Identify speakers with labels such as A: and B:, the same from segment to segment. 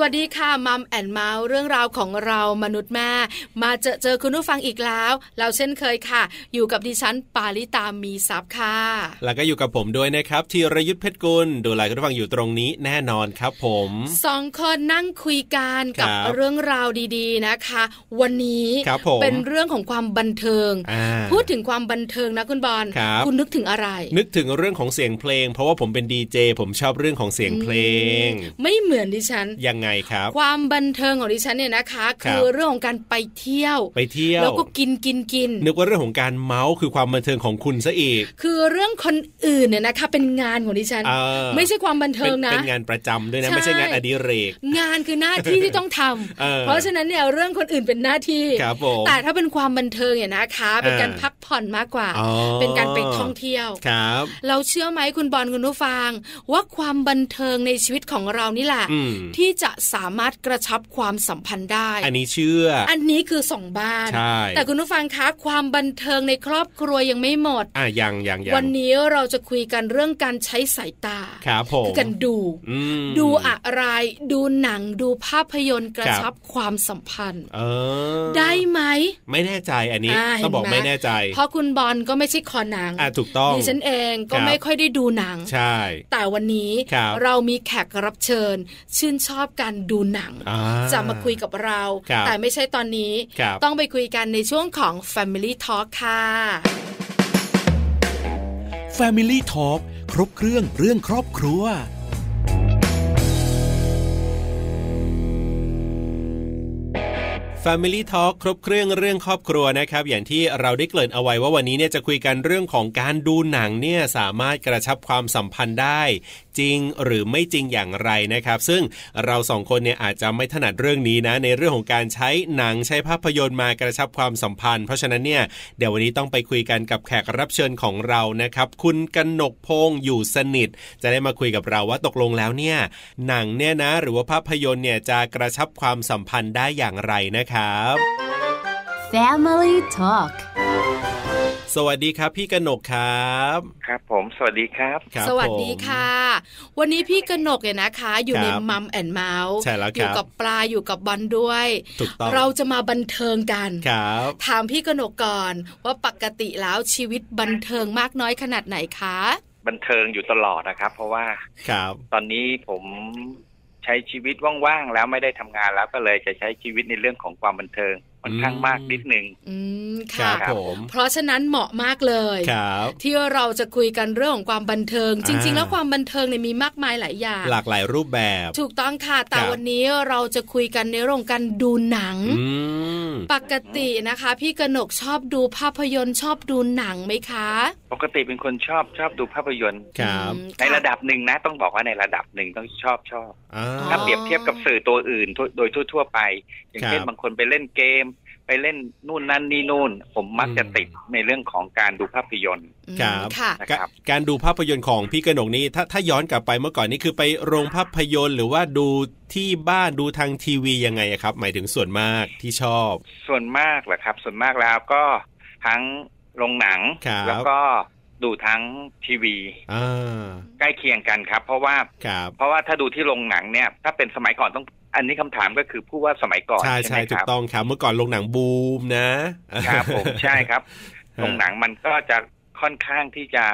A: สวัสดีค่ะมัมแอนเมาส์เรื่องราวของเรามนุษย์แม่ มาเจอเจอคุณผู้ฟังอีกแล้ว เราเช่นเคยค่ะ อยู่กับดิฉันปาริตามีซัพย์ค่ะ
B: แล้วก็อยู่กับผมด้วยนะครับธีรยุทธเพชรกุลดูแลคุณผู้ฟังอยู่ตรงนี้แน่นอนครับผม
A: สองคนนั่งคุยกันกับ
B: ครับ
A: เรื่องราวดีๆนะคะ วันนี้
B: ครับผม
A: เป็นเรื่องของความบันเทิง
B: อ่า
A: พูดถึงความบันเทิงนะคุณบอล
B: ครับ
A: ณนึกถึงอะไร
B: นึกถึงเรื่องของเสียงเพลง เพราะว่าผมเป็นดีเจผมชอบเรื่องของเสียงเพลง
A: ไม่เหมือนดิฉัน
B: ยังไงครับ
A: ความบันเทิงของดิฉันเนี่ยนะคะ
B: ครับ
A: คือเรื่องของการไปเที่ยว
B: ไปเที่ยว
A: แล้วก็กินกินกิน
B: นึกว่าเรื่องของการเมาส์คือความบันเทิงของคุณซะอีก
A: คือเรื่องคนอื่นเนี่ยนะคะ เป็นงานของดิฉัน
B: เออ
A: ไม่ใช่ความบัน
B: เ
A: เทิงนะ
B: ป็นงานประจำด้วยนะ
A: ใช่
B: ไม่ใช่งานอดิเรก
A: งานคือหน้าที่ที่ต้องทำ
B: เออ
A: เพราะฉะนั้นเนี่ยเรื่องคนอื่นเป็นหน้าที่
B: ครับผม
A: แต่ถ้าเป็นความบันเทิงเนี่ยนะคะ เป็นการพักผ่อนมากกว่า
B: อ๋อ
A: เป็นการไปท่องเที่ยว
B: ครับ
A: เราเชื่อไหมคุณบอลคุณผู้ฟัง ว่าความบันเทิงในชีวิตของเรานี่แหละ
B: อืม
A: ที่จะสามารถกระชับความสัมพันธ์ได้
B: อันนี้เชื่ออ
A: อันนี้คือสองบ้าน
B: ใช่
A: แต่คุณผู้ฟังคะความบันเทิงในครอบครัวยังไม่หมด
B: อ่ะยังยังยัง
A: วันนี้เราจะคุยกันเรื่องการใช้สายตา
B: ครับผม
A: คือการดู
B: อืม
A: ดูอะไร ดูหนังดูภาพยนตร์กระ
B: ครับ
A: ชับความสัมพันธ์
B: เออ
A: ได้ไหม
B: ไม่แน่ใจอันนี้
A: อ่าเห็นไหม
B: ต้องบอกไม่แน่ใจ
A: เพราะคุณบอลก็ไม่ใช่คอหนัง
B: อ่ะถูกต้อง
A: ดิฉันเองก็
B: ครับ
A: ไม่ค่อยได้ดูหนัง
B: ใช่
A: แต่วันนี้
B: ครับ
A: เรามีแขกรับเชิญ ชื่นชอบการดูหนัง
B: อ่
A: จะมาคุยกับเรา
B: ครับ
A: แต่ไม่ใช่ตอนนี้
B: ครับ
A: ต้องไปคุยกันในช่วงของ Family Talk ค่ะ
C: Family Talk ครบเครื่องเรื่องครอบครัว
B: Family Talk ครบเครื่องเรื่องครอบครัวนะครับ อย่างที่เราได้เกริ่นเอาไว้ว่าวันนี้เนี่ยจะคุยกันเรื่องของการดูหนังเนี่ยสามารถกระชับความสัมพันธ์ได้ จริงหรือไม่จริงอย่างไรนะครับ ซึ่งเราสองคนเนี่ยอาจจะไม่ถนัดเรื่องนี้นะ ในเรื่องของการใช้หนังใช้ภาพยนตร์มากระชับความสัมพันธ์ เพราะฉะนั้นเนี่ยเดี๋ยววันนี้ต้องไปคุยกันกับแขกรับเชิญของเรานะครับ คุณกนกพงษ์อยู่สนิท จะได้มาคุยกับเราว่าตกลงแล้วเนี่ยหนังเนี่ยนะ หรือว่าภาพยนตร์เนี่ยจะกระชับความสัมพันธ์ได้อย่างไรนะครับ
D: Family Talk
B: สวัสดีครับพี่กนกครับ
E: ครับผม สวัสดีครับ
B: ครับ
A: สวัส
B: ผม
A: ดีค่ะ วันนี้พี่กนกเนี่ยนะคะ อยู่ใน
B: ครับ
A: มัมแอนเมาส์
B: ใช่แล้วครับ
A: อยู่กับปลาอยู่กับบอลด้วย
B: ถูกต้อง
A: เราจะมาบันเทิงกัน
B: ครับ
A: ถามพี่กนกก่อนว่าปกติแล้วชีวิตบันเทิงมากน้อยขนาดไหนคะ
E: บันเทิงอยู่ตลอดนะครับ เพราะว่า
B: ครับ
E: ตอนนี้ผมใช้ชีวิตว่างๆแล้วไม่ได้ทำงานแล้วก็เลยจะใช้ชีวิตในเรื่องของความบันเทิงค่อนข้างมากนิดนึง
A: อืม
B: ครั
A: ค่ะ
B: บผม
A: เพราะฉะนั้นเหมาะมากเลย
B: ครับ
A: ที่เราจะคุยกันเรื่องของความบันเทิง จริง ๆ
B: อ่า
A: แล้วความบันเทิงเนี่ยมีมากมายหลายอย่าง
B: หลากหลายรูปแบบ
A: ถูกต้องค่ะ แต่
B: ครับ
A: วันนี้เราจะคุยกันในเรื่องของการดูหนัง
B: อืม
A: ปกตินะคะ พี่กนกชอบดูภาพยนตร์ชอบดูหนังไหมคะ
E: ปกติเป็นคนชอบชอบดูภาพยนตร์
B: ครับ
A: อืม
E: ในระดับหนึ่งนะ ต้องบอกว่าในระดับหนึ่งต้องชอบชอบ
B: อ่า
A: า
E: ถ้าเปรียบเทียบกับสื่อตัวอื่นทั่วโดยทั่ว ๆ ไป อย่างเช่น
B: ครับ
E: บางคนไปเล่นเกม ไปเล่นนู่นนั่นนี่นู่น ผมมักจะติดในเรื่องของการดูภาพยนตร์
A: อืม
B: ครับ
A: ค่ะ
E: น
B: กะ
E: ครับ
B: การดูภาพยนตร์ของพี่กนกนี่ถ้าถ้าย้อนกลับไปเมื่อก่อนนี่คือไปโรงภาพยนตร์ หรือว่าดูที่บ้านดูทางทีวียังไงอะครับ หมายถึงส่วนมากที่ชอบ
E: ส่วนมากเหรอครับ ส่วนมากแล้วก็ทั้งโรงหนัง
B: ครับ
E: แล้วก็ดูทั้งทีวี
B: อ่า
E: ใกล้เคียงกันครับ เพราะว่า
B: ครับ
E: เพราะว่าถ้าดูที่โรงหนังเนี่ย ถ้าเป็นสมัยก่อนต้องอันนี้คำถามก็คือผู้ว่าสมัยก่อน
B: ใช่ใช่
E: ไหม
B: ถู
E: ค
B: ก
E: รับ
B: ต้องครับ เมื่อก่อนโรงหนังบูมนะครับ
E: ผมใช่ครับ
B: ฮะ
E: โรงหนังมันก็จะค่อนข้างที่จะ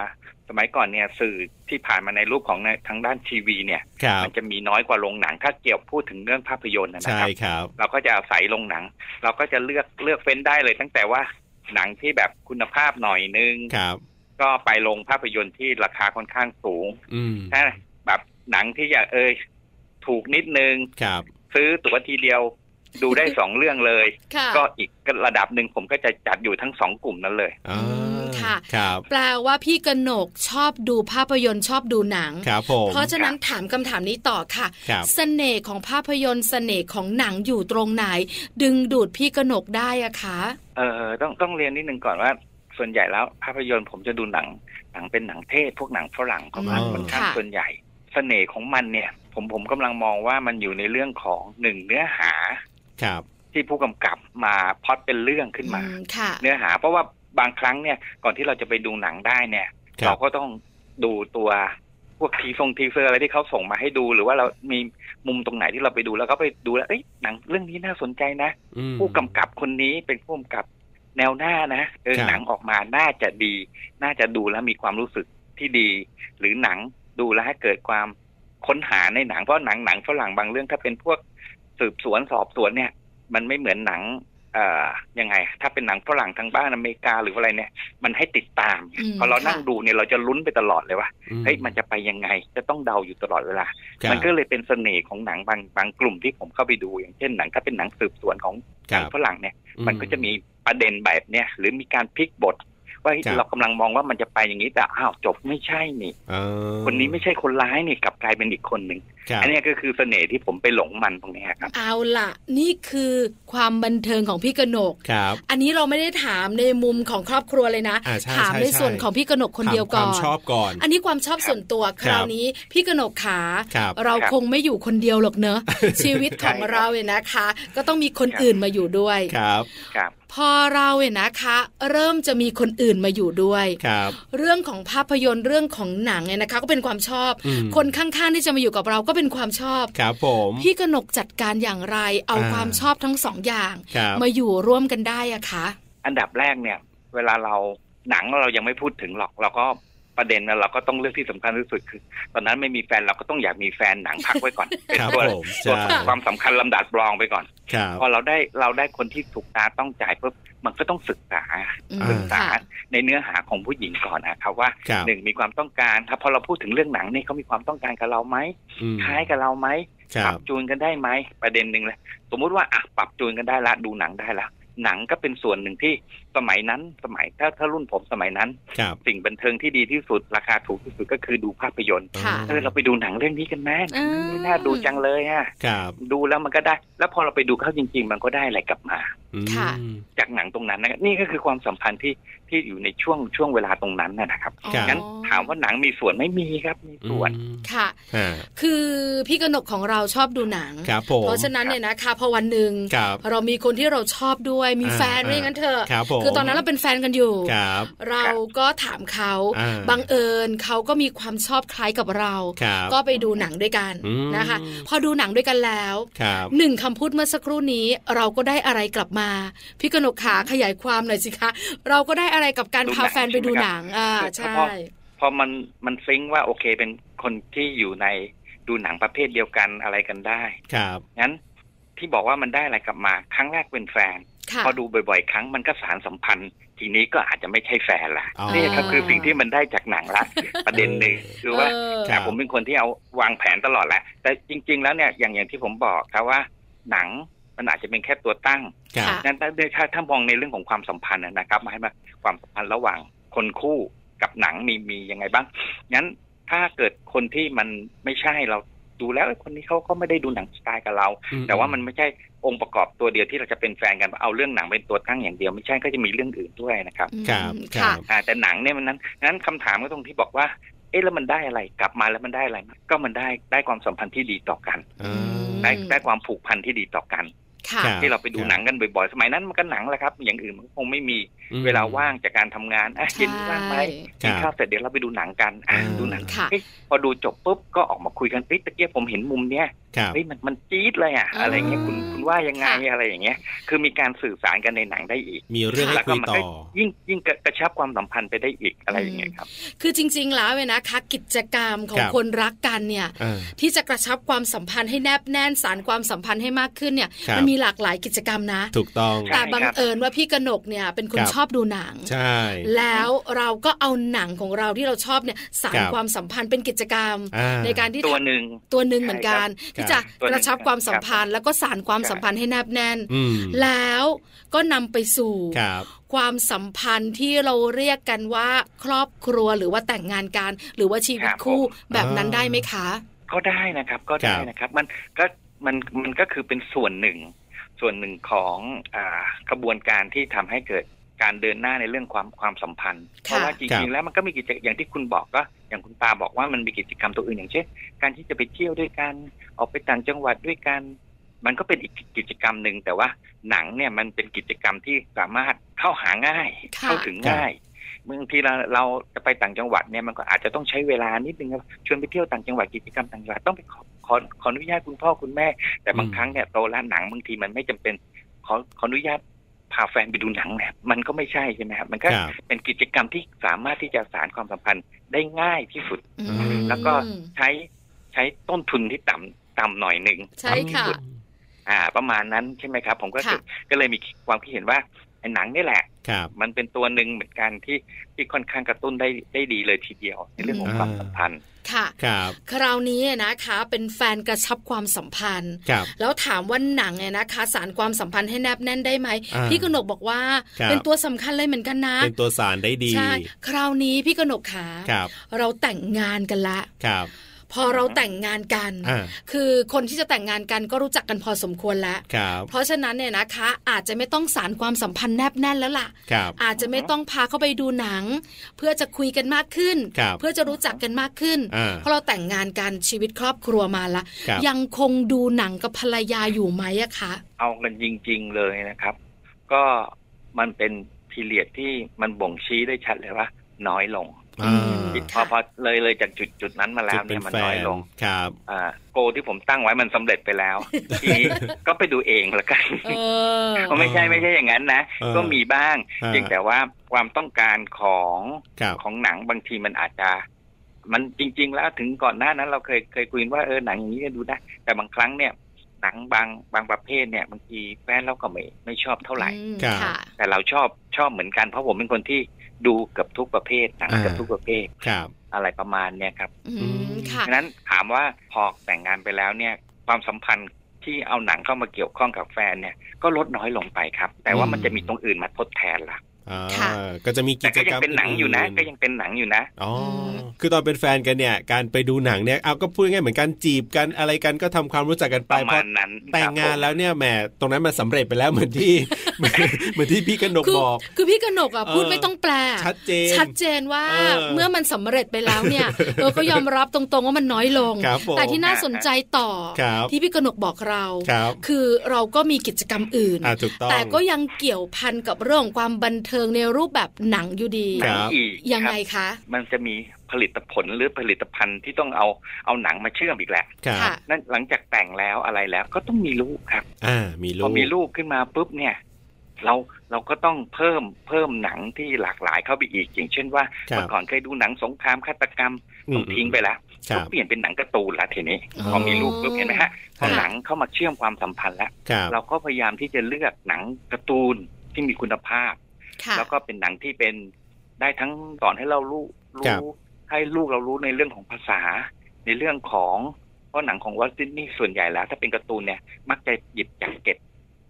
E: สมัยก่อนเนี่ยสื่อที่ผ่านมาในรูปของในทางด้านทีวีเนี่ย
B: ครับ
E: มันจะมีน้อยกว่าโรงหนัง ถ้าเกี่ยวพูดถึงเรื่องภาพยนตร์นะนะ
B: ใช่
E: ครับ
B: ครับ
E: เราก็จะอาศัยลงหนัง เราก็จะเลือกเลือกเฟ้นได้เลยตั้งแต่ว่าหนังที่แบบคุณภาพหน่อยนึง
B: ครับ
E: ก็ไปลงภาพยนตร์ที่ราคาค่อนข้างสูง
B: อืม
E: ถ้าแบบหนังที่อยากเอยถูกนิดนึง
B: ครับ
E: ซื้อตั๋วทีเดียว ดูได้ สองเรื่องเลย
A: ค่ะ
E: ก็อีกระดับหนึ่งผมก็จะจัดอยู่ทั้งสองกลุ่มนั้นเลย
B: อ่า
A: อืมค่ะ
B: ครับ
A: แปลว่าพี่กนกชอบดูภาพยนตร์ชอบดูหนัง
B: ครับผม
A: เพราะฉะนั้นถามคำถามนี้ต่อค่ะ
B: ครับ
A: เสน่ห์ของภาพยนตร์เสน่ห์ของหนังอยู่ตรงไหน ดึงดูดพี่กนกได้อะคะ
E: เออต้องต้องเรียนนิดนึงก่อนว่า ส่วนใหญ่แล้วภาพยนตร์ผมจะดูหนัง หนังเป็นหนังเทศ พวกหนังฝรั่งของมัน
A: อ๋อ
E: ค่อนข้าง
A: ค่ะ
E: ส่วนใหญ่ เสน่ห์ของมันเนี่ย ผมผมกำลังมองว่ามันอยู่ในเรื่องของหนึ่งเนื้อหา
B: ครับ
E: ที่ผู้กำกับมาพล็อดเป็นเรื่องขึ้นมา
A: อืมค่ะ
E: เนื้อหา เพราะว่าบางครั้งเนี่ยก่อนที่เราจะไปดูหนังได้เนี่ย
B: ครับ
E: เราก็ต้องดูตัวพวกทีฟงทีเซอร์อะไรที่เขาส่งมาให้ดูหรือว่าเรามีมุมตรงไหนที่เราไปดูแล้วก็ไปดูแล้วเอ้ยหนังเรื่องนี้น่าสนใจนะ
B: อืม
E: ผู้กำกับคนนี้เป็นผู้กำกับแนวหน้านะเออ
B: ครับ
E: หนังออกมาน่าจะดี น่าจะดูแล้วมีความรู้สึกที่ดี หรือหนังดูแล้วให้เกิดความค้นหาในหนังเพราะหนังหนังฝรั่งบางเรื่องถ้าเป็นพวกสืบสวนสอบสวนเนี่ย มันไม่เหมือนหนัง เอ่อยังไง ถ้าเป็นหนังฝรั่งทางบ้านอเมริกาหรืออะไรเนี่ย มันให้ติดตาม
A: อืม
E: พอเรา
A: ค่ะ
E: นั่งดูเนี่ยเราจะลุ้นไปตลอดเลยว่า
B: อื
E: เฮ้ยมันจะไปยังไง จะต้องเดาอยู่ตลอดเวลา
B: ครับ
E: มันก็เลยเป็นเสน่ห์ของหนังบางบางกลุ่มที่ผมเข้าไปดู อย่างเช่นหนังถ้าเป็นหนังสืบสวนของ
B: ค
E: หนั
B: รั
E: ง
B: บ
E: ฝรั่งเนี่ย
B: อื
E: มันก็จะมีประเด็นแบบเนี้ยหรือมีการพลิกบท ว่าเฮ้ย
B: ครับ
E: เรากำลังมองว่ามันจะไปอย่างนี้แต่อ้าวจบไม่ใช่นี่
B: เออ
E: คนนี้ไม่ใช่คนร้ายนี่กลับกลายเป็นอีกคนหนึ่ง
B: ครับ
E: อันเนี้ยก็คือเสน่ห์ที่ผมไปหลงมันตรงเนี้ยครับ
A: เอาล่ะ นี่คือความบันเทิงของพี่กนก
B: ครับ
A: อันนี้เราไม่ได้ถามในมุมของครอบครัวเลยนะ
B: อ่าใช่
A: ถาม
B: ช่
A: ใน
B: ช่
A: ส่วนของพี่กนกคนเดียว
B: ถาม
A: ก่
B: ค
A: อ
B: วาม
A: น
B: ชอบก่อน
A: อันนี้ความชอบส่วนตัวค
B: ครั
A: รา
B: บ
A: วนี้พี่กนกขา
B: ครับ
A: เรา
E: ครับ
A: คงไม่อยู่คนเดียวหรอกเนอะ ชีวิตของ
E: ใช่ครับ
A: เราเนี่ยนะคะ ก็ต้องมีคนอื่นมาอยู่ด้วย
B: ครับ
E: ครับ
A: พอเราเนี่ยนะคะ เริ่มจะมีคนอื่นมาอยู่ด้วย
B: ครับ
A: เรื่องของภาพยนตร์เรื่องของหนังเนี่ยนะคะ ก็เป็นความชอบ
B: อืม
A: คนข้างๆที่จะมาอยู่กับเราก็เป็นความชอบ
B: ครับผม
A: พี่กนกจัดการอย่างไร เอา
B: อ่า
A: ความชอบทั้งสองอย่าง
B: ครับ
A: มาอยู่ร่วมกันได้อะคะ
E: อันดับแรกเนี่ย เวลาเราหนังเรายังไม่พูดถึงหรอก เราก็ประเด็นนะเราก็ต้องเลือกที่สำคัญที่สุดคือ ตอนนั้นไม่มีแฟนเราก็ต้องอยากมีแฟนหนังพักไว้ ก่อนเป็น
B: ครับ
E: ตัว
B: ผม
E: ตั
B: ใช่
E: วความสำคัญลำดับรองไปก่อน
B: ครับ
E: พอเราได้เราได้คนที่ถูกตาต้องใจปุ๊บมันก็ต้องศึกษา
A: อืม
E: ศึกษา
A: ค่ะ
E: ในเนื้อหาของผู้หญิงก่อนนะครับว่า
B: ครับ
E: หนึ่งมีความต้องการครับพอเราพูดถึงเรื่องหนังเนี่ยเขามีความต้องการกับเราไหม
B: อืม
E: คล้ายกับเราไหม
B: ค
E: ป
B: รั
E: รับบ จูนกันได้ไหมประเด็นหนึ่งเลยสมมุติว่าอ่ะปรับจูนกันได้ละดูหนังได้ละหนังก็เป็นส่วนหนึ่งที่สมัยนั้นสมัยถ้าถ้ารุ่นผมสมัยนั้น
B: ครับ
E: สิ่งบันเทิงที่ดีที่สุดราคาถูกที่สุดก็คือดูภาพยนตร์
A: ค่ะ
E: เออเราไปดูหนังเรื่องนี้กันไหม
A: อ่า
E: น่าดูจังเลยฮะ
B: ครับ
E: ดูแล้วมันก็ได้ แล้วพอเราไปดูเข้าจริง ๆ มันก็ได้อะไรกลับมา
B: อืม
A: ค่ะ
E: จากหนังตรงนั้นนะครับนี่ก็คือความสัมพันธ์ที่ที่อยู่ในช่วงช่วงเวลาตรงนั้นนะนะครับ
A: อ๋อ
E: งั้นถามว่าหนังมีส่วนไม่มีครับมีส่วน
B: อืม
A: ค่ะ
B: อ่า
A: คือพี่กนกของเราชอบดูหนัง
B: ครับผม
A: เพราะฉะนั้นเนี่ยนะคะพอวันหนึ่ง
B: ครับ
A: เรามีคนที่เราชอบด้วยมีแฟน
B: อ่า
A: ไม่อย่างนั้นเถอะ
B: ครับผม
A: คือตอนนั้นเราเป็นแฟนกันอยู่
B: ครับ
A: เราก็ถามเขา
B: อ่า
A: บังเอิญเขาก็มีความชอบคล้ายกับเรา
B: ครับ
A: ก็ไปดูหนังด้วยกัน
B: อืม
A: นะคะ พอดูหนังด้วยกันแล้ว
B: ครับ
A: หนึ่งคำพูดเมื่อสักครู่นี้เราก็ได้อะไรกลับมา พี่กนกขาขยายความหน่อยสิคะ เราก็ได้อะไรกับการ
E: ดูหนั
A: พาง แฟนไปดู
E: ใช่ไหม
A: หนังอ่า
E: ครับ
A: ใช่
E: เพราะ พอมันมันซิงค์ว่าโอเคเป็นคนที่อยู่ในดูหนังประเภทเดียวกันอะไรกันได้
B: ครับ
E: งั้นที่บอกว่ามันได้อะไรกลับมา ครั้งแรกเป็นแฟน
A: ค่ะ
E: พอดูบ่อยๆ ครั้งมันก็สารสัมพันธ์ ทีนี้ก็อาจจะไม่ใช่แฟนละ
B: อ๋อ
E: นี่ครับคือสิ่งที่มันได้จากหนังละ ประเด็นหนึ่งคือว่า
A: เออ
B: ครั
E: แต่
B: บ
E: ผมเป็นคนที่เอาวางแผนตลอดแหละ แต่จริง ๆ แล้วเนี่ยอย่างอย่างที่ผมบอกครับว่า หนังมันอาจจะเป็นแค่ตัวตั้ง
B: ครับ
A: ค่ะ
E: นั้นถ้าถ้าถ้ามองในเรื่องของความสัมพันธ์นะครับหมายว่าความสัมพันธ์ระหว่างคนคู่กับหนังมีมียังไงบ้างงั้นถ้าเกิดคนที่มันไม่ใช่เราดูแล้วเอ้ยคนนี้เขาก็ไม่ได้ดูหนังสไตล์กับเรา
B: อื
E: แต่ว่ามันไม่ใช่องค์ประกอบตัวเดียวที่เราจะเป็นแฟนกันเอาเรื่องหนังเป็นตัวตั้งอย่างเดียวไม่ใช่ก็จะมีเรื่องอื่นด้วยนะครับ
A: อืม
B: ครับค
A: ค่ะ
B: รับ
E: อ่าแต่หนังเนี่ยมันนั้นนั้นคำถามก็ตรงที่บอกว่า เอ๊ะแล้วมันได้อะไรกลับมาแล้วมันได้อะไรมาก็มันได้ได้ความสัมพันธ์ที่ดีต่อกัน
B: อ่า
A: ม
E: ได้ได้ความผูกพันที่ดีต่อกัน
A: ค่ะ
B: ครับ
E: ที่เราไปดู
B: ครับ
E: หนังกันบ่อยๆ สมัยนั้นมันก็หนังแหละครับ อย่างอื่นมันก็คงไม่มี
B: อืม
E: เวลาว่างจากการทำงานอ่ะ
A: ใช่
E: เย็นนี้ว่างไหม
B: ครับ
E: กินข้าวเสร็จเดี๋ยวเราไปดูหนังกันอ่ะ
B: อ่า
E: ดูหนัง
A: ค่ะ
E: เอ๊ะพอดูจบปุ๊บก็ออกมาคุยกันเอ๊ะตะเกียบผมเห็นมุมเนี้ย
B: ครับ
E: เฮ้ยมันมันจี๊ดเลยอ่ะอะไรเงี้ยคุณคุณว่ายังไงอะไรอย่างเงี้ย คือมีการสื่อสารกันในหนังได้อีก
B: มีเรื่องให้
E: แล้ว
B: คุ
E: ก็
B: ย
E: มัน
B: ต่
E: ก็
B: อ
E: ยิ่งยิ่งกระกระชับความสัมพันธ์ไปได้อีกอะไรอย่างเงี้ยครับ
A: คือจริง ๆ แล้วเนี่ยนะคะกิจกรรมของ
B: ครับ
A: คนรักกันเนี่ย
B: อ่า
A: ที่จะกระชับความสัมพันธ์ให้แนบแน่นสารความสัมพันธ์ให้มากขึ้นเนี่ย
B: ครับ
A: มัมีหลากหลายกิจกรรมนะ
B: ถูกต้อง
E: ใช่
A: แต่บังเอิญว่าพี่กนกเนี่ยเป็นคน
B: ครับ
A: ชอบดูหนัง
B: ใช่
A: แล้วเราก็เอาหนังของเราที่เราชอบเนี่ยสาร
B: ครับ
A: ความสัมพันธ์เป็นกิจกรรม
B: อ่า
A: ในการที่
E: ตัวหนึ่ง
A: ตัวหนึ่งเหมือนกัน
B: ใช่ครับ
A: ที่จะกระชับความสัมพันธ์ แล้วก็สารความ
E: ใช่
A: สัมพันธ์ให้แนบแน่น
B: อืม
A: แล้วก็นำไปสู่
B: ครับ
A: ความสัมพันธ์ที่เราเรียกกันว่าครอบครัวหรือว่าแต่งงานกัน หรือว่าชีวิตคู่แบบนั้นได้ไหมคะ
E: ก็ได้นะครับก็
B: ค
E: ได้
B: รับ
E: นะครับ มันก็มันมันก็คือเป็นส่วนหนึ่ง ส่วนหนึ่งของอากระบวนการที่ทำให้เกิดการเดินหน้าในเรื่องความความสัมพันธ์ เพราะว่าจ
B: ครั
E: ริง
B: บ
E: ๆแล้วมันก็มีกิจกรรมอย่างที่คุณบอกก็อย่างคุณตาบอกว่ามันมีกิจกรรมตัวอื่นอย่างเช่นการที่จะไปเที่ยวด้วยกันออกไปต่างจังหวัดด้วยกัน มันก็เป็นอีกกิจกรรมหนึ่งแต่ว่าหนังเนี่ยมันเป็นกิจกรรมที่สามารถเข้าหาง่าย
A: ค่ะ
E: เข้าถึงง่าย บางทีเราเราจะไปต่างจังหวัดเนี่ยมันก็อาจจะต้องใช้เวลานิดนึงครับชวนไปเที่ยวต่างจังหวัดกิจกรรมต่างจังหวัดต้องไปขอขอขออนุญาตคุณพ่อคุณแม่ แต่บาง
B: อืม
E: ครั้งเนี่ยโตแล้วหนังบางทีมันไม่จำเป็นขอขออนุญาตพาแฟนไปดูหนังเนี่ยมันก็ไม่ใช่ใช่ไหมครับมันก็
B: ครับ
E: เป็นกิจกรรมที่สามารถที่จะสานความสัมพันธ์ได้ง่ายที่สุด
A: อืม
E: แล้วก็ใช้ใช้ต้นทุนที่ต่ำต่ำหน่อยหนึ่ง
A: ใช่ค่ะ
E: อ่า ประมาณนั้นใช่ไหมครับ ผมก็
A: ค่ะ
E: ก็เลยมีความคิดเห็นว่าไอ้หนังนี่แหละ
B: ครับ
E: มันเป็นตัวหนึ่งเหมือนกันที่ที่ค่อนข้างกระตุ้นได้ได้ดีเลยทีเดียว ในเรื่องของความสัมพันธ์
A: ค่ะ
B: ครับ
A: คราวนี้นะคะ เป็นแฟนกระชับความสัมพันธ์
B: ครับ
A: แล้วถามว่าหนังเนี่ยนะคะ สารความสัมพันธ์ให้แนบแน่นได้ไหม
B: อ่า
A: พี่กนกบอกว่า
B: ครับ
A: เป็นตัวสำคัญเลยเหมือนกันนะ
B: เป็นตัวสารได้ดี
A: ใช่คราวนี้พี่กนกขา
B: ครับ
A: เราแต่งงานกันละ
B: ครับ
A: พอเราแต่งงานกัน
B: อ่า
A: คือคนที่จะแต่งงานกันก็รู้จักกันพอสมควรแล้ว
B: ครับ
A: เพราะฉะนั้นเนี่ยนะคะ อาจจะไม่ต้องสารความสัมพันธ์แนบแน่นแล้วล่ะ
B: ครับ
A: อาจจะไม่ต้องพาเขาไปดูหนัง เพื่อจะคุยกันมากขึ้น
B: ครับ
A: เพื่อจะรู้จักกันมากขึ้น
B: อ่า
A: เพราะเราแต่งงานกันชีวิตครอบครัวมาละ
B: ครับ
A: ยังคงดูหนังกับภรรยาอยู่ไหมอะคะ
E: เอากันจริง ๆ เลยนะครับ ก็มันเป็นทีเรียดที่มันบ่งชี้ได้ชัดเลยว่า น้อยลง
B: อ่า
A: อืม
E: พอพอเลยเลยจากจุดจุดนั้นมาแล้
B: จุ
E: ว
B: ดเป็
E: เนี่
B: น
E: ยมัน
B: แฟ
E: น้อน ยลง
B: ครับ
E: อ่าโกที่ผมตั้งไว้มันสำเร็จไป แล้ว ทีนี้ก็ไปดูเองละกัน
A: เออ
E: ก็ไม่ใช่ไม่ใช่อย่างนั้นนะ
B: เออ
E: ก็มีบ้าง
B: เออ
E: เพียงแต่ว่าความต้องการของ
B: ครับ
E: ของหนังบางทีมันอาจจะ มันจริง ๆ แล้วถึงก่อนหน้านั้น เราเคยเคยคุยกันว่าเออหนังอย่างนี้ก็ดูได้แต่บางครั้งเนี่ย หนังบางบางประเภทเนี่ยบางทีแฟนเราก็ไม่ไม่ชอบเท่าไหร่
A: อืม
B: ครับ
A: ค่ะ
E: แต่เราชอบชอบเหมือนกันเพราะผมเป็นคนที่ดูเกับทุกประเภทหนังเกับ
B: อ่า
E: ทุกประเภท
B: ครับ
E: อะไรประมาณเนี่ยครับ
A: อืมค่ะ
E: ฉะนั้นถามว่าพอแต่งงานไปแล้วเนี่ยความสัมพันธ์ที่เอาหนังเข้ามาเกี่ยวข้องกับแฟนเนี่ยก็ลดน้อยลงไปครับ แต่ว่า
B: อืม
E: มันจะมีตรงอื่นมาทดแทนละ
B: อ่า
A: ค่ะ
B: ก็จะมีกิ
E: แต่
B: จ
E: ก็
B: กร
E: ยั
B: ง รม
E: เป็นหนังอยู่นะ
B: ๆ
E: ก็ยังเป็นหนังอยู่นะ
B: อ๋ออ
A: ม
B: คือตอนเป็นแฟนกันเนี่ย การไปดูหนังเนี่ยเอาก็พูดง่ายๆเหมือนกันจีบกันอะไรกันก็ทำความรู้จักกัน
E: ป
B: ไประ พ
E: มา
B: อ
E: ณนั้น
B: แต่งงานแล้วเนี่ยแหมตรงนั้นมันสำเร็จไปแล้วเหมือน ที่ เหมือนที่พี่กนก
A: คือ
B: บอก
A: คือพี่กนกอ่ะ
B: เออ
A: พูดไม่ต้องแปล
B: ชัดเจน
A: ชัดเจนว่า
B: เออ
A: เมื่อมันสำเร็จไปแล้ว เนี่ย เออก็ยอมรับตรงๆว่ามันน้อยลง
B: ครับผม
A: แต่ที่น่าสนใจต่อ
B: ครับ
A: ที่พี่กนกบอกเรา
B: ครับ
A: คือเราก็มีกิจกรรมอื่น
B: อ่าถูกต้อง
A: แต่ก็ยังเกี่ยวพันกับเรื่องของความบันเทิงในรูปแบบหนังอยู่ดี
E: ห
B: ค
E: นัง
B: รับ
E: อีก
A: ยังไง
E: ครับ
A: คะ
E: มันจะมีผลิตผลหรือผลิตภัณฑ์ที่ต้องเอาเอาหนังมาเชื่อมอีกแหละ
B: ครับ
A: ค่ะ
E: นั่นหลังจากแต่งแล้วอะไรแล้ว ก็ต้องมีลูกครับ
B: อ่ามีลู
E: พ
B: ก
E: อมีลูกขึ้นมาปุ๊บเนี่ยเราเราก็ต้องเพิ่มเพิ่มหนังที่หลากหลายเข้าไปอีก อย่างเช่นว่า
B: ครับ
E: เมื่อก่อนเคยดูหนังสงครามฆาตกรรม
B: อื
E: ต้อ
B: ม
E: งทิ้งไปแล้ว
B: ค
E: ก็
B: รับ
E: เปลี่ยนเป็นหนังการ์ตูนละทีนี้
B: อ๋อ
E: พอมีลูกปุ๊บเห็นไหมฮะพอ
A: ค่ะ
E: หนังเข้ามาเชื่อมความสัมพันธ์แล้ว
B: ครับ
E: เราก็พยายามที่จะเลือกหนังการ์ตูนที่มีคุณภาพ
A: ค่ะ
E: แล้วก็เป็นหนังที่เป็นได้ทั้งสอนให้เรารู้รู้ให้ลูกเรารู้ในเรื่องของภาษา ในเรื่องของเพราะหนังของวอลต์ดิสนี่ส่วนใหญ่แล้ว ถ้าเป็นการ์ตูนเนี่ย มักจะหยิบจากเก็บ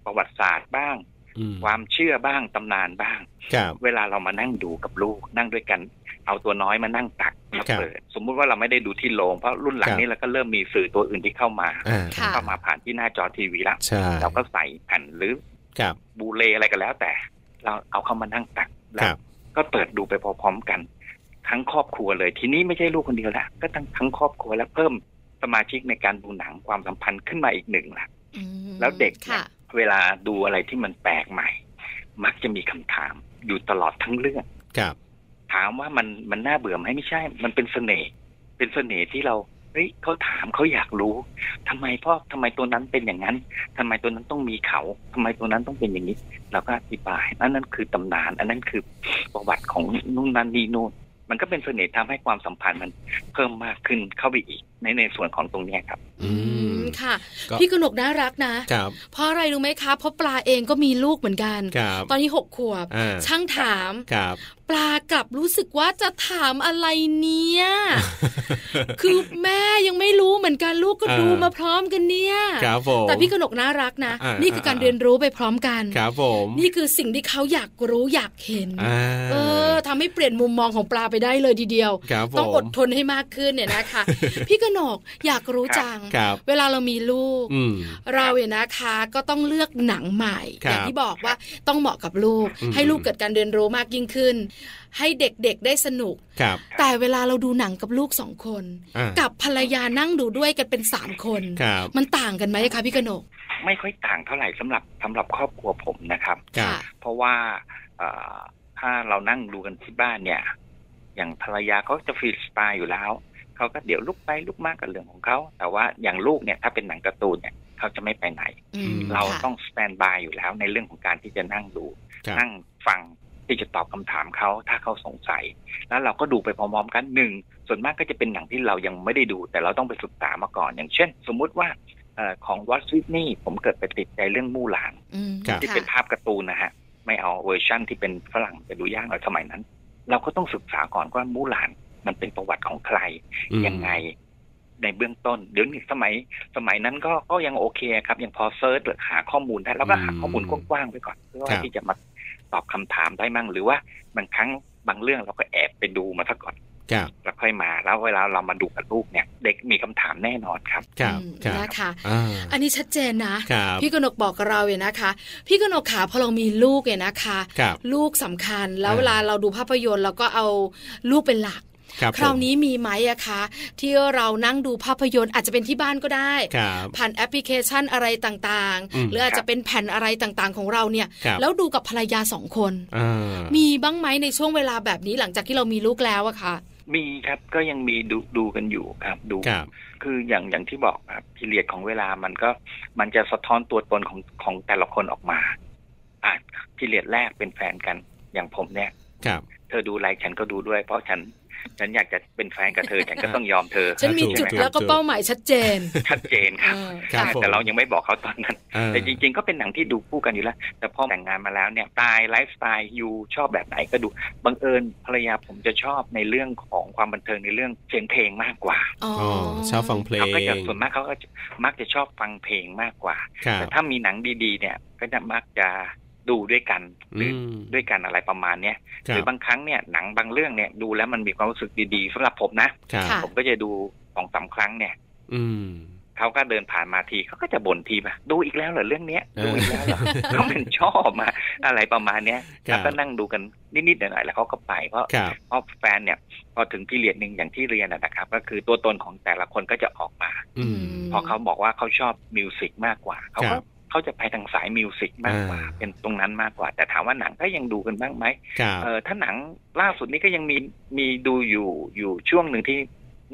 E: ประวัติศาสตร์บ้าง
B: อืม
E: ความเชื่อบ้างตำนานบ้าง
B: ครับ
E: เวลาเรามานั่งดูกับลูกนั่งด้วยกัน เอาตัวน้อยมานั่งตัก
B: ครั
E: มา
B: บ
E: เปิดสมมุติว่าเราไม่ได้ดูที่โรงเพราะรุ่นหลั
B: ค
E: ง
B: รับ
E: นี่เราก็เริ่มมีสื่อตัวอื่นที่เข้ามา
B: อ่า
A: ค่ะ
E: เข้ามาผ่านที่หน้าจอทีวีแล้ว
B: ใช่
E: เราก็ใส่แผ่นหรือ
B: ครับ
E: บูเลอะไรก็แล้วแต่ เราเอาเข้ามานั่งตักแล้
B: ครั
E: ว
B: บ
E: ก็เปิดดูไปพร้อมๆกัน ทั้งครอบครัวเลย ทีนี้ไม่ใช่ลูกคนเดียวละก็ทั้งทั้งครอบครัวแล้วเพิ่มสมาชิกในการดูหนังความสัมพันธ์ขึ้นมาอีกหนึ่งละ
A: อืม
E: แล้วเด็กเนี่
A: ค่ะ
E: ยเวลาดูอะไรที่มันแปลกใหม่ มักจะมีคำถาม อยู่ตลอดทั้งเรื่อง
B: ครับ
E: ถามว่ามันมันน่าเบื่อไหมไม่ใช่ มันเป็นเสน่ห์เป็นเสน่ห์ที่เราเฮ้ยเขาถามเขาอยากรู้ทำไมพ่อทำไมตัวนั้นเป็นอย่างนั้นทำไมตัวนั้นต้องมีเขาทำไมตัวนั้นต้องเป็นอย่างนี้เราก็อธิบายอันนั้นคือตำนาน อันนั้นคือประวัติของนู่นนั่นนี่นู่นมันก็เป็นเสน่ห์ทำให้ความสัมพันธ์มันเพิ่มมากขึ้นเข้าไปอีกในในส่วนของตรงเนี้ยครับ
B: อื
A: อื
B: ม
A: มค่ะ
B: ก็
A: พี่กนกน่ารักนะ
B: ครับ
A: เพราะอะไรรู้ไหมคะ เพราะปลาเองก็มีลูกเหมือนกัน
B: ครับ
A: ตอนนี้หกขวบ
B: อ่า
A: ช่างถาม
B: ครับ
A: ปลากลับรู้สึกว่าจะถามอะไรเนี่ย คือแม่ยังไม่รู้เหมือนกันลูกก็
B: เออ
A: ดูมาพร้อมกันเนี่ย
B: ครับผม
A: แต่พี่กนกน่ารักนะ
B: อ่า
A: นี่คือการ
B: อ่า
A: เรียนรู้ไปพร้อมกัน
B: ครับผม
A: นี่คือสิ่งที่เขาอยากรู้อยากเห็น
B: อ่า
A: เออทำให้เปลี่ยนมุมมองของปลาไปได้เลยทีเดียว
B: ครับผม
A: ต้องอดทนให้มากขึ้นเนี่ยนะคะ พี่กนกอยากรู้จัง
B: ครับ
A: เวลาเรามีลูก
B: อืม
A: เราเนี่ยนะคะก็ต้องเลือกหนังใหม่
B: ครับ
A: อย่างที่บอกว่าต้องเหมาะกับลูก
B: อืม
A: ให้ลูกเกิดการเรียนรู้มากยิ่งขึ้น ให้เด็กๆได้สนุก
B: ครับ
A: แต่เวลาเราดูหนังกับลูกสองคน
B: อ่า
A: กับภรรยานั่งดูด้วยกันเป็นสามคน
B: ครับ
A: มันต่างกันไหมคะพี่กนก
E: ไม่ค่อยต่างเท่าไหร่สำหรับสำหรับครอบครัวผมนะครับ
B: ครับ
E: เพราะว่าเอ่อค ถ้าเรานั่งดูกันที่บ้านเนี่ย อย่างภรรยาเขาจะฟรีสไตล์อยู่แล้ว เขาก็เดี๋ยวลุกไปลุกมากกับเรื่องของเขา แต่ว่าอย่างลูกเนี่ยถ้าเป็นหนังการ์ตูนเนี่ยเขาจะไม่ไปไหน
A: อืม
E: เรา
A: ค่ะ
E: ต้องสแตนบายอยู่แล้วในเรื่องของการที่จะนั่งดู
B: ครับ
E: นั่งฟังที่จะตอบคำถามเขาถ้าเขาสงสัย แล้วเราก็ดูไปพร้อมๆกันหนึ่งส่วนมากก็จะเป็นหนังที่เรายังไม่ได้ดู แต่เราต้องไปศึกษามาก่อน อย่างเช่น สมมุติว่าเอ่อของวอตซิดนี่ผมเกิดไปติดใจเรื่องมู่หลาน
A: อืม
B: ครับ
E: ที่เป็นภาพการ์ตูนนะฮะ ไม่เอาเวอร์ชั่นที่เป็นฝรั่งจะดูยากหน่อยสมัยนั้น เราก็ต้องศึกษาก่อนว่ามู่หลานมันเป็นประวัติของใคร
B: อืม
E: ยังไงในเบื้องต้น เดี๋ยวนี้สมัยสมัยนั้นก็ก็ยังโอเคครับ ยังพอเซิร์ชหรือหาข้อมูลได้แล้วก็
B: อืม
E: หาข้อมูลกว้างๆไปก่อนเพื่อ
B: ครั
E: ว่า
B: บ
E: ที่จะมาตอบคำถามได้มั่งหรือว่าบางครั้งบางเรื่องเราก็แอบไปดูมาซะก่อน
B: ครับ
E: แล้วค่อยมา แล้วเวลาเรามาดูกับลูกเนี่ย เด็กมีคำถามแน่นอนครับ
B: ครับ
A: อืม
B: ครับ
A: นะคะ
B: อ่า
A: อันนี้ชัดเจนนะ
B: ครับ
A: พี่กนกบอกกับเราเนี่ยนะคะ พี่กนกขาพอเรามีลูกเนี่ยนะคะ
B: ครับ
A: ลูกสำคัญแล้ว
B: อ่า
A: เวลาเราดูภาพยนตร์เราก็เอาลูกเป็นหลัก
B: ครับ
A: คราว
B: ผม
A: นี้มีไหมอะคะ ที่เรานั่งดูภาพยนตร์อาจจะเป็นที่บ้านก็ได้
B: ครับ
A: ผ่านแอปพลิเคชันอะไรต่าง
B: อืม
A: ๆ หรืออาจจะเป็นแผ่นอะไรต่างๆ ของเราเนี่ย
B: ครับ
A: แล้วดูกับภรรยาสองคน
B: อ่า
A: มีบ้างไหมในช่วงเวลาแบบนี้หลังจากที่เรามีลูกแล้วอะคะ
E: มีครับก็ยังมีดูดูกันอยู่ครับดู
B: ครับ
E: คืออย่างอย่างที่บอกครับพิเรียดของเวลามันก็มันจะสะท้อนตัวตนของของแต่ละคนออกมาอ่ะพิเรียดแรกเป็นแฟนกันอย่างผมเนี่ย
B: ครับ
E: เธอดูอะไรฉันก็ดูด้วย เพราะฉัน ฉันอยากจะเป็นแฟนกับเธ อ ฉันก็ต้องยอมเธอ
A: ฉันมี
B: ถูก
A: จุด
B: ถูก
A: แล้วก็
B: ถูก
A: เป้าหมายชัดเจน
E: ชัดเจนครับ
A: เออ
B: ครับ
A: ค่ะ
B: ผม
E: แต่เรายังไม่บอกเขาตอนนั้น
B: อ่า
E: แต่จริง ๆ ก็เป็นหนังที่ดูคู่กันอยู่แล้ว แต่พอแต่งงานมาแล้วเนี่ยสไตล์ไลฟ์สไตล์ยูชอบแบบไหนก็ดูบังเอิญภรรยาผมจะชอบในเรื่องของความบันเทิงในเรื่องเสียงเพลงมากกว่า
A: อ๋อ
B: อ๋อชอบฟังเพลง
E: เขาก็จะส่วนมากเขาก็จะมักจะชอบฟังเพลงมากกว่า
B: ครับ
E: แต่ถ้ามีหนังดีๆ เนี่ยก็จะมักจะดูด้วยกันหรืออ
B: ม
E: ด้วยกันอะไรประมาณเนี้ย
B: ค
E: ห
B: รั
E: รื
B: บ
E: อบางครั้งเนี่ยหนังบางเรื่องเนี่ยดูแล้วมันมีความรู้สึกดีๆสำหรับผมนะ
B: ครับ
A: ค่ะ
E: ผมก็จะดูสองสามครั้งเนี่ย
B: อืม
E: เขาก็เดินผ่านมาทีเขาก็จะบ่นทีมาดูอีกแล้วเหรอเรื่องเนี้ยดูอีกแล้วเห รอ
B: เออ
E: เขาเป็นชอบมาอะไรประมาณเนี้ย
B: ครับ
E: แล้วก็นั่งดูกันนิดๆหน่อยๆแล้วเขาก็ไปเพราะ
B: ครับ
E: เพราะแฟนเนี่ยพอถึงพีเรียดหนึ่งอย่างที่เรียนนะนะครับ ก็คือตัวตนของแต่ละคนก็จะออกมา
B: อืม
A: ม
E: พอเขาบอกว่าเขาชอบมิวสิกมากกว่าเขา
B: ค
E: ก็
B: รับ
E: เขาจะไปทางสายมิวสิกมากกว่า
B: อ่า
E: เป็นตรงนั้นมากกว่า แต่ถามว่าหนังก็ยังดูกันบ้างไหม
B: ครับ
E: เออถ้าหนังล่าสุดนี้ก็ยังมีมีดูอยู่อยู่ช่วงหนึ่งที่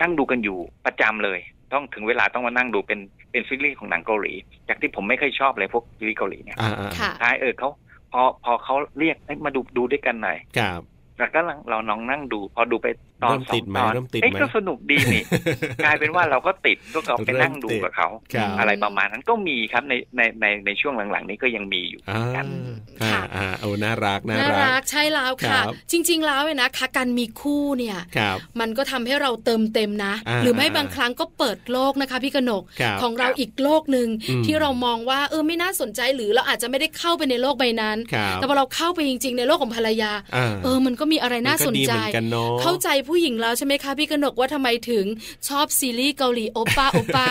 E: นั่งดูกันอยู่ประจำเลย ต้องถึงเวลาต้องมานั่งดูเป็นเป็นซีรีส์ของหนังเกาหลี จากที่ผมไม่เคยชอบเลยพวกซีรีส์เกาหลีเนี่ย
B: อ่าอ่า
A: ค่ะ
E: ท้ายเออเขาพอพอเขาเรียกเอ้ยมาดูดูด้วยกันหน่อย
B: ครับ
E: แล้วก็เราลองนั่งดู พอดูไปตอน
B: เริ่ม
E: สอ
B: ติ
E: ง
B: ดไหม
E: ตอน
B: เริ่มติด
E: เอ้ย
B: ไหม
E: ก็สนุกดีนี่ กลายเป็นว่าเราก็ติดก็เราไปนั่งดูกับเขา
B: ครับ
E: อะไรประมาณนั้นก็มีครับในในในในช่วงหลังๆ นี้ก็ยังมีอยู่
B: อ่า
E: กัน
B: อ่า
A: ค่ะ
B: อ่าโอ้น่ารักน่า
A: น่า
B: รั
A: รั
B: ก
A: กใช่แล้วค่ะ
B: ครับ
A: จริง ๆ แล้วเนี่ยนะคะการมีคู่เนี่ย
B: ครับ
A: มันก็ทำให้เราเติมเต็มนะ
B: อ่า
A: หรือไม่
B: อ่า
A: บางครั้งก็เปิดโลกนะคะพี่กนก
B: ครับ
A: ของเราอีกโลกหนึ่ง
B: อืม
A: ที่เรามองว่าเออไม่น่าสนใจหรือเราอาจจะไม่ได้เข้าไปในโลกใบนั้น
B: ครับ
A: แต่พอเราเข้าไปจริง ๆ ในโลกของภรรยา
B: อ่า
A: เออมันก็มีอะไรน่าสน
B: มัก็ดี
A: ใจ
B: เหมือนกันเนาะ
A: เข้าใจผู้หญิงแล้วใช่ไหมคะพี่กนกว่าทำไมถึงชอบซีรีส์เกาหลีโอป้าโอป้า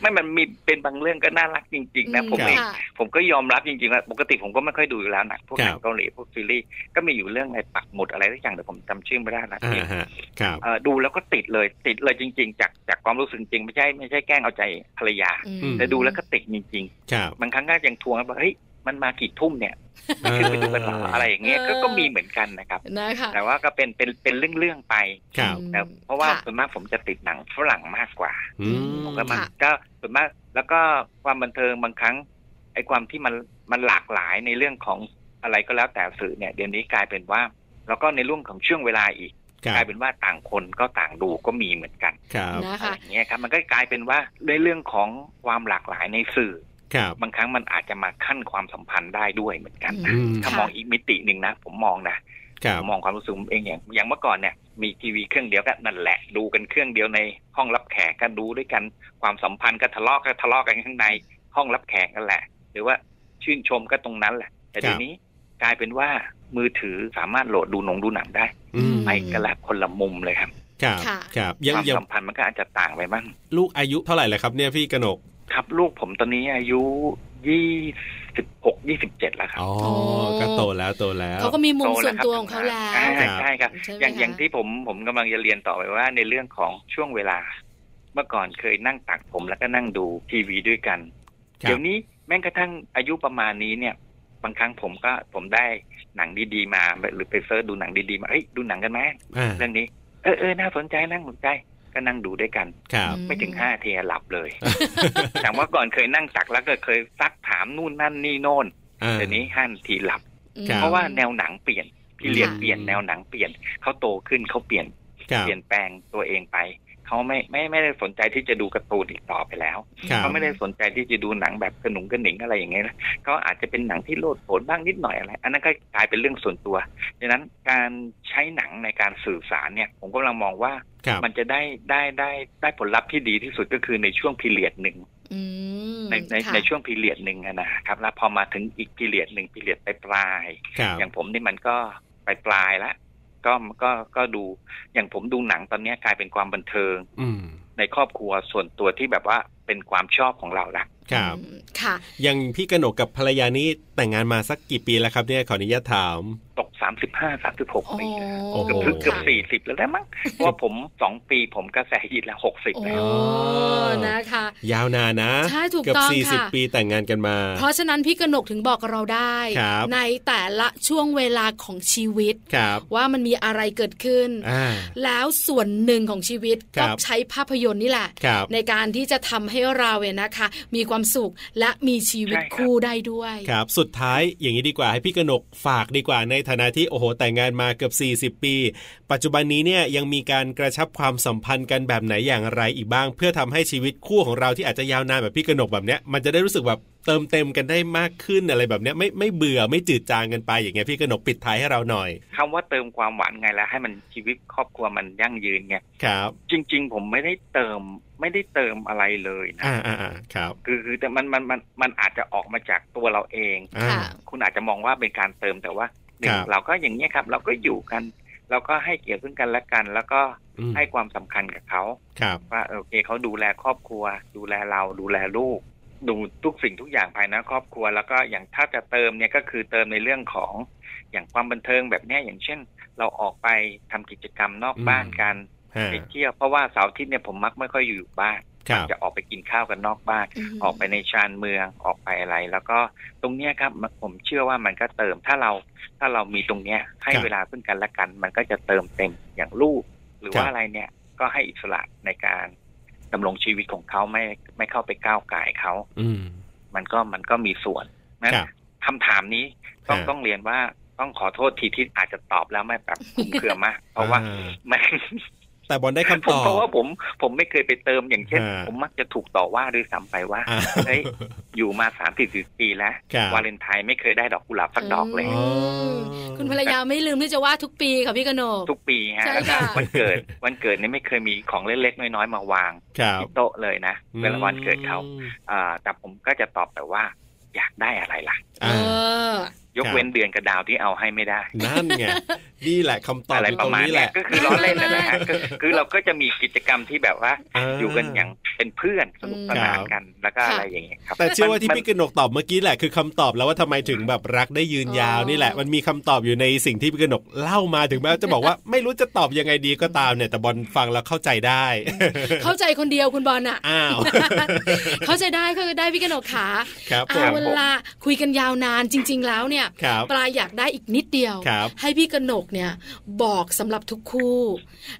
E: ไม่มันมีเป็นบางเรื่องก็น่ารักจริง ๆ นะ ผม
B: ครับ
E: เองผมก็ยอมรับจริงๆว่าปกติผมก็ไม่ค่อยดูอยู่แล้วหนังพวก
B: ครั
E: ห
B: บ
E: นังเกาหลีพวกซีรีส์ก็มีอยู่เรื่องอะไรปักหมุดอะไรสักอย่างแต่ผมจำชื่อไม่ได้ละ
B: อ่าฮะครับ
E: เอ่อดูแล้วก็ติดเลยติดเลยจริง ๆ จากจากความรู้สึกจริงไม่ใช่ไม่ใช่แกล้งเอาใจภรรยา
A: อืม
B: ม
E: แต่ดูแล้วก็ติดจริง
B: ครับ
E: ๆ บางครั้งก็ยังทวงว่าเฮ้ยมันมากี่ทุ่มเนี่ย ขึ้นไปดูกันเหรออะไรอย่างเงี้ยก็ก็มีเหมือนกันนะครับ
A: นะคะ
E: แต่ว่าก็เป็นเป็นเป็นเรื่องๆไป
B: ครับ
E: นะครับเพราะว่า
A: ค่
E: ส่วนมากผมจะติดหนังฝรั่งมากกว่า
B: อืม
E: แล้วมัน
A: ค่ะ
E: ก็ส่วนมากแล้วก็ความบันเทิงบางครั้งไอ้ความที่มันมันหลากหลายในเรื่องของอะไรก็แล้วแต่สื่อเนี่ยเดี๋ยวนี้กลายเป็นว่า แล้วก็ในเรื่องของช่วงเวลาอีก
B: ครั
E: กลา
B: บ
E: ยเป็นว่าต่างคนก็ต่างดูก็มีเหมือนกัน
B: ครับ
A: นะ
E: อะไร
A: คะ
E: อย่างเงี้ยครับมันก็กลายเป็นว่าในเรื่องของความหลากหลายในสื่อ
B: ครับ
E: บางครั้งมันอาจจะมาขั้นความสัมพันธ์ได้ด้วยเหมือนกันนะ
B: อืม
E: ถ้ามองอีกมิติหนึ่งนะผมมองนะ
B: ครั
E: ผ
B: บ
E: มมองความรู้สึกผมเองอย่างอย่างเมื่อก่อนเนี่ยมีทีวีเครื่องเดียวก็นั่นแหละดูกันเครื่องเดียวในห้องรับแขกก็ดูด้วยกันความสัมพันธ์ก็ทะเลาะก็ทะเลาะกันข้างในห้องรับแขกนั่นแหละ หรือว่าชื่นชมก็ตรงนั้นแหละ แต่
B: ครับ
E: เดี๋ยวนี้กลายเป็นว่ามือถือสามารถโหลดดูหนงดูหนังได้
B: อืม
E: ไปกันละคนละมุมเลยครับ
B: ครับ
A: ค่ะ
B: ครับยัง
E: ความ
B: ยัง
E: สัมพันธ์มันก็อาจจะต่างไปบ้าง
B: ลูกอายุเท่าไหร่แล้วครับเนี่ยพี่กนก
E: ครับลูกผมตอนนี้อายุยี่สิบหกยี่สิบเจ็ดแล้วครับ
B: อ๋อ
A: โอ้
B: ก็โตแล้วโตแล้ว
A: เขาก็มีมุมส่วน
E: โแครับ
A: ตัวของเขาแล้ว
E: อ่า
B: ครับ
E: ใช่ครับ
A: ใช่ไหม
E: อย่างอย่าง
A: คะ
E: ที่ผมผมกำลังจะเรียนต่อไปว่าในเรื่องของช่วงเวลา เมื่อก่อนเคยนั่งตักผมแล้วก็นั่งดูทีวีด้วยกัน
B: ครับ
E: เดี๋ยวนี้แม้กระทั่งอายุประมาณนี้เนี่ย บางครั้งผมก็ผมได้หนังดีๆมาหรือไปเซิร์ชดูหนังดีๆมาเอ้ยดูหนังกันไหม
B: อ่า
E: เรื่องนี้เออเออน่าสนใจน่าสนใจก็นั่งดูด้วยกัน
B: ครับ
E: ไม่ถึงห้าทีหลับ เลย ถามว่าก่อนเคยนั่งสักแล้วก็เคยซักถามนู่นนั่นนี่โน่นเดี๋ยวนี้ห้านาทีหลับ
A: อืม
B: ครับ
E: เพราะว่าแนวหนังเปลี่ยนพี่เรียน
A: ค่ะ
E: เปลี่ยนแนวหนังเปลี่ยนเขาโตขึ้นเขาเปลี่ยน
B: ครับ
E: เปลี่ยนแปลงตัวเองไปเขาไม่ไม่ไม่ได้สนใจที่จะดูการ์ตูนอีกต่อไปแล้ว
B: ครับ
E: เขาไม่ได้สนใจที่จะดูหนังแบบกระหนุงกระหนิงอะไรอย่างเงี้ยนะเขาอาจจะเป็นหนังที่โลดโผนบ้างนิดหน่อยอะไร อันนั้นก็กลายเป็นเรื่องส่วนตัวดังนั้นการใช้หนังในการสื่อสารเนี่ย ผมกำลังมองว่า
B: ครับ
E: มันจะได้ได้ได้ได้ผลลัพธ์ที่ดีที่สุดก็คือในช่วงพีเรียดหนึ่ง
A: อืม
E: ในใน
A: ค่ะ
E: ในช่วงพีเรียดหนึ่งอะนะครับแล้วพอมาถึงอีกพีเรียดหนึ่งพีเรียดปลายๆ
B: ครับ
E: อย่างผมนี่มันก็ปลายปลายๆละก็ก็ก็ดูอย่างผมดูหนังตอนเนี้ยกลายเป็นความบันเทิง
B: อืม
E: ในครอบครัวส่วนตัวที่แบบว่าเป็นความชอบของเราละ
B: ครับ
A: อืมค่ะ
B: อย่างพี่กนกกับภรรยานี้แต่งงานมาสักกี่ปีแล้วครับเนี่ยขออนุญาตถาม
E: ตกสามสิบห้าสามสิบหกปีแล้ว
B: โอ้โห
E: เกือบถึงเกือบสี่สิบแล้วได้มั้งเพราะว่าผมสองปีผมก็แสยิดละหกสิบ
A: โอ้
E: แล้ว
A: นะคะ
B: ยาวนานนะ
A: ใช่ถูก
B: เกือ
A: ต้อง
B: บสี่สิบ
A: ค่ะ
B: ปีแต่งงานกันมา
A: เพราะฉะนั้นพี่กนกถึงบอกเราได้
B: ครับ
A: ในแต่ละช่วงเวลาของชีวิต
B: ครับ
A: ว่ามันมีอะไรเกิดขึ้น
B: อ่า
A: แล้วส่วนหนึ่งของชีวิต
B: ครั
A: ก็
B: บ
A: ใช้ภาพยนตร์นี่แหละ
B: ครับ
A: ในการที่จะทำให้เราเนี่ยนะคะ มีความสุขและมีชีวิต
E: ใช่ครับ
A: คู่ได้ด้วย
B: ครับ สุดท้ายอย่างนี้ดีกว่าให้พี่กนกฝากดีกว่าในฐานะที่โอ้โหแต่งงานมาเกือบ 40 ปี ปัจจุบันนี้เนี่ยยังมีการกระชับความสัมพันธ์กันแบบไหนอย่างไรอีกบ้าง เพื่อทำให้ชีวิตคู่ของเราที่อาจจะยาวนานแบบพี่กนกแบบเนี้ยมันจะได้รู้สึกแบบเติมเต็มกันได้มากขึ้นอะไรแบบเนี้ยไม่ไม่เบื่อไม่จืดจางกันไป อย่างเงี้ยพี่กนกปิดท้ายให้เราหน่อย
E: คำว่าเติมความหวานไงแล้วให้มันชีวิตครอบครัวมันยั่งยืนไง
B: ครับ
E: จริง ๆ ผมไม่ได้เติมไม่ได้เติมอะไรเลยนะ
B: อ่าอ่าอ่าครับ
E: คือคือแต่มันมันมันมันอาจจะออกมาจากตัวเราเอง
B: อ่า
A: ค่ะ
E: คุณอาจจะมองว่าเป็นการเติมแต่ว่าหนึ่
B: ค
E: ง
B: รับ
E: เราก็อย่างนี้ยครับ เราก็อยู่กัน เราก็ให้เกียรติซึ่งกันและกัน แล้วก็
B: อืม
E: ให้ความสำคัญกับเขา
B: ครับ
E: ว่าเออโอเคเขาดูแลครอบครัว ดูแลเราดูแลลูก ดูทุกสิ่งทุกอย่างภายในครอบครัว แล้วก็อย่างถ้าจะเติมเนี่ยก็คือเติมในเรื่องของอย่างความบันเทิงแบบเนี้ยอย่างเช่น เราออกไปทำกิจกรรมนอกบ้านกัน
B: อ่า
E: ไปเที่ยวเพราะว่าเสาร์อาทิตย์เนี่ยผมมักไม่ค่อยอยู่บ้าน
B: ครับ
E: จะออกไปกินข้าวกันนอกบ้าน ออกไปในชานเมืองออกไปอะไร แล้วก็ตรงเนี้ยครับมันผมเชื่อว่ามันก็เติมถ้าเราถ้าเรามีตรงเนี้ยให้เวลาซึ่งกันและกัน มันก็จะเติมเต็มอย่างลูกหรือว่าอะไรเนี่ยก็ให้อิสระในการดำรงชีวิตของเขาไม่ไม่เข้าไปก้าวไก่ายเขา
B: อืม
E: มันก็มันก็มีส่วนนั้น
B: ครับ
E: คำถามนี้ต้อง
B: ฮะ
E: ต้องเรียนว่าต้องขอโทษทีที่อาจจะตอบแล้วไม่แบบคลุมเครือมาก เพราะว่า
B: อ่
E: มัน
B: แต่บอลได้คำ
E: ผ
B: ต
E: ม
B: อบ
E: เพราะว่าผมผมไม่เคยไปเติมอย่างเช่น
B: ฮะ
E: ผมมักจะถูกต่อว่าด้วยซ้ำไปว่า
B: อ่า
E: เอ้ย อยู่มาสามสิบปีแล้ว
B: ครับ
E: วาเลนไทน์ไม่เคยได้ดอกกุหลาบสักดอกเลย
A: อืมคุณภรรยาไม่ลืมที่จะว่าทุกปีค่ะพี่กนก
E: ทุกปีฮะ
A: ใช่
E: แล้ว
A: ค่ะ
E: ก็วันเกิด วันเกิดนี่ไม่เคยมีของเล็กๆน้อยๆมาวาง
B: ครับ
E: ที่โต๊ะเลยนะเวลาวันเกิดเขา
B: อืม
E: อ่าแต่ผมก็จะตอบแต่ว่า อยากได้อะไรล่ะ
A: เอ
B: อ่า
A: อ
E: ยก
B: ครับ
E: เว้นเดือนกระดาวที่เอาให้ไม่ได้
B: นั่น ไง นี่แหละคำตอบ
E: อะไร
B: อยู่
E: ป
B: ตร
E: ระ
B: ง
E: มาณ
B: นี้แห
E: เนี้ย
B: ละ
E: ก็คือล้อเล่นนะนะฮะก็คือเราก็จะมีกิจกรรมที่แบบว่า
B: า
E: อยู่กันอย่างเป็นเพื่อนสนุกสนา
B: ค
E: น
B: รับ
E: กันแล้วก็
A: ค่ะ
E: อะไรอย่างเงี้ยครับ
B: แต่เชื่อว่าที่
E: มัน
B: พี่กนกตอบเมื่อกี้แหละคือคำตอบแล้วว่าทำไมถึงแบบรักได้ยืนยาว
A: อ๋อ
B: นี่แหละ มันมีคำตอบอยู่ในสิ่งที่พี่กนกเล่ามาถึงแม้จะบอกว่า ไม่รู้จะตอบยังไงดีก็ตามเนี่ย แต่บอลฟังแล้วเข้าใจได้
A: เข้าใจคนเดียวคุณบอลน่ะ
B: อ้าว
A: เข้าใจได้เข้าใจได้พี่กนกขา
B: ครับผ
A: เอา
B: ม
A: เวลาคุยกันยาวนานจริง ๆ แล้วเนี่ย
B: ครับ
A: ปลาอยากได้อีกนิดเดียว
B: ครับ
A: ให้พี่กนกเนี่ยบอกสำหรับทุกคู่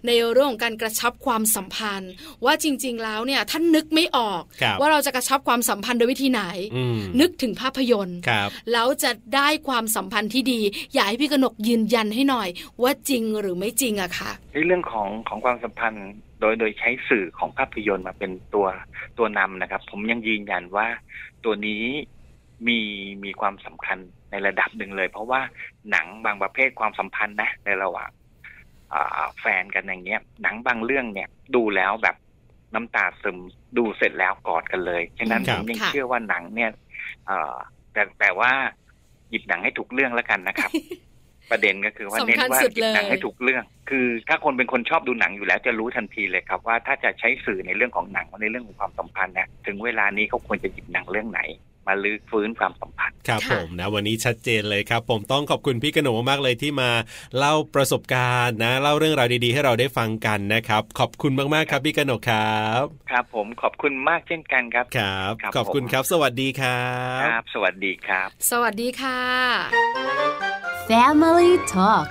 A: ในเรื่องของการกระชับความสัมพันธ์ ว่าจริง ๆ แล้วเนี่ยท่านนึกไม่ออก
B: ครับ
A: ว่าเราจะกระชับความสัมพันธ์โดยวิธีไหน
B: อืม
A: นึกถึงภาพยนตร์
B: ครับ
A: แล้วจะได้ความสัมพันธ์ที่ดี อยากให้พี่กนกยืนยันให้หน่อย ว่าจริงหรือไม่จริงอะค่ะ
E: ในเรื่องของของความสัมพันธ์โดยโดยใช้สื่อของภาพยนตร์มาเป็นตัวตัวนำนะครับ ผมยังยืนยันว่าตัวนี้มีมีความสำคัญในระดับหนึ่งเลย เพราะว่าหนังบางประเภทความสัมพันธ์นะในระหว่างอ่าแฟนกันอย่างเงี้ย หนังบางเรื่องเนี่ยดูแล้วแบบน้ำตาซึมดูเสร็จแล้วกอดกันเลยฉะนั้น
B: ค
E: ผ
B: รับ
E: มยัง
A: ค่ะ
E: เชื่อว่าหนังเนี่ยเอ่อแต่แต่ว่าหยิบหนังให้ถูกเรื่องแล้วกัน นะครับ ประเด็นก็คือว่า
A: สำคัญ
E: เน้นว่า
A: สุด
E: หยิบหนัง
A: เลย
E: ให้ถูกเรื่อง คือถ้าคนเป็นคนชอบดูหนังอยู่แล้วจะรู้ทันทีเลยครับ ว่าถ้าจะใช้สื่อในเรื่องของหนังในเรื่องของความสัมพันธ์เนะถึงเวลานี้เขาควรจะหยิบหนังเรื่องไหน มาลื้อฟื้นความสัมพันธ์
B: ครับ
A: ค่ะ
B: ผมนะวันนี้ชัดเจนเลยครับ ผมต้องขอบคุณพี่กนกมากๆเลยที่มาเล่าประสบการณ์นะเล่าเรื่องราวดีๆ ให้เราได้ฟังกันนะครับ ขอบคุณมากๆครับพี่กนกครับ
E: ครับผมขอบคุณมากเช่นกันครับ
B: ครับ
E: ครับ
B: ขอบคุณครับ สวัสดีครับ
E: ครับ สวัสดีครับ
A: สวัสดีค่ะ
D: Family Talk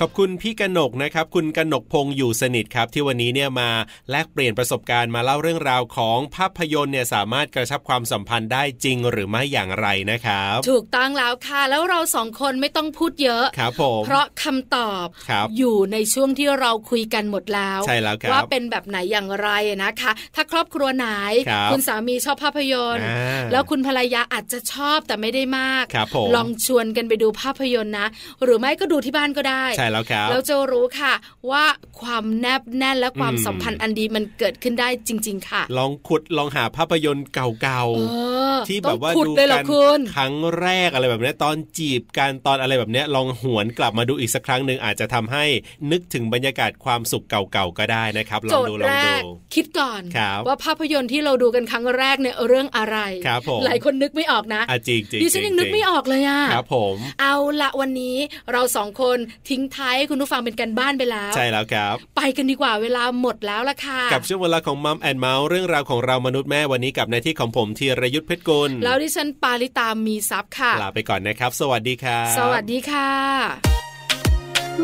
B: ขอบคุณพี่กนกนะครับ คุณกนกพงษ์อยู่สนิทครับ ที่วันนี้เนี่ยมาแลกเปลี่ยนประสบการณ์มาเล่าเรื่องราวของภาพยนตร์เนี่ยสามารถกระชับความสัมพันธ์ได้จริงหรือไม่อย่างไรนะครับ
A: ถูกต้องแล้วค่ะ แล้วเราสองคนไม่ต้องพูดเยอะ
B: ครับผม
A: เพราะคำตอบ
B: ครับ
A: อยู่ในช่วงที่เราคุยกันหมดแล้ว
B: ใช่แล้วครับ
A: ว่าเป็นแบบไหนอย่างไรนะคะ ถ้าครอบครัวไหน
B: ครับ
A: ณสามีชอบภาพยนตร์
B: อ่า
A: แล้วคุณภรรยาอาจจะชอบแต่ไม่ได้มาก
B: ครับผม
A: ลองชวนกันไปดูภาพยนตร์นะ หรือไม่ก็ดูที่บ้านก็ได้
B: ใช่แล้วครับ
A: เราจะรู้ค่ะ ว่าความแนบแน่นและความ
B: อืม
A: สัมพันธ์อันดีมันเกิดขึ้นได้จริง ๆ ค่ะ
B: ลองขุดลองหาภาพยนตร์เก่า
A: เอ
B: ๆ
A: อ
B: ที่
A: ต้
B: แบ
A: อง
B: บว่า
A: ขุด
B: ดู
A: เลยเหรอ
B: กัน
A: คุณ
B: ครั้งแรกอะไรแบบเนี้ยตอนจีบกันตอนอะไรแบบเนี้ยลองหวนกลับมาดูอีกสักครั้งหนึ่งอาจจะทำให้นึกถึงบรรยากาศความสุขเก่าๆก็ได้นะครับล
A: โจ
B: อง
A: ท
B: ดู
A: ย์
B: ลอ
A: แรง
B: ดู
A: กคิดก่อน
B: ครับ
A: ว่าภาพยนตร์ที่เราดูกันครั้งแรกเนี่ยเรื่องอะไร
B: ครับผม
A: หลายคนนึกไม่ออกนะ
B: อ่ะจริงๆจริง
A: ดิฉันยังนึกไม่ออกเลยอ่ะ
B: ครับผม
A: เอาละวันนี้เราสองคนทิ้งท้ายให้คุณผู้ฟังเป็นกันบ้านไปแล้ว
B: ใช่แล้วครับ
A: ไปกันดีกว่าเวลาหมดแล้วละค่ะ
B: กับช่วงเวลาของมัมแอนเมาส์เรื่องราวของเรามนุษย์แม่วันนี้กับในายที่ของผมธีรยุทธเพชรกุล
A: แล้วดิฉันปาริตามีซับค่ะ
B: ลาไปก่อนนะครับ สวัสดีครับ
A: สวัสดีค่ะ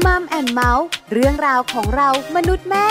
D: มัมแอนเมาส์เรื่องราวของเรามนุษย์แม่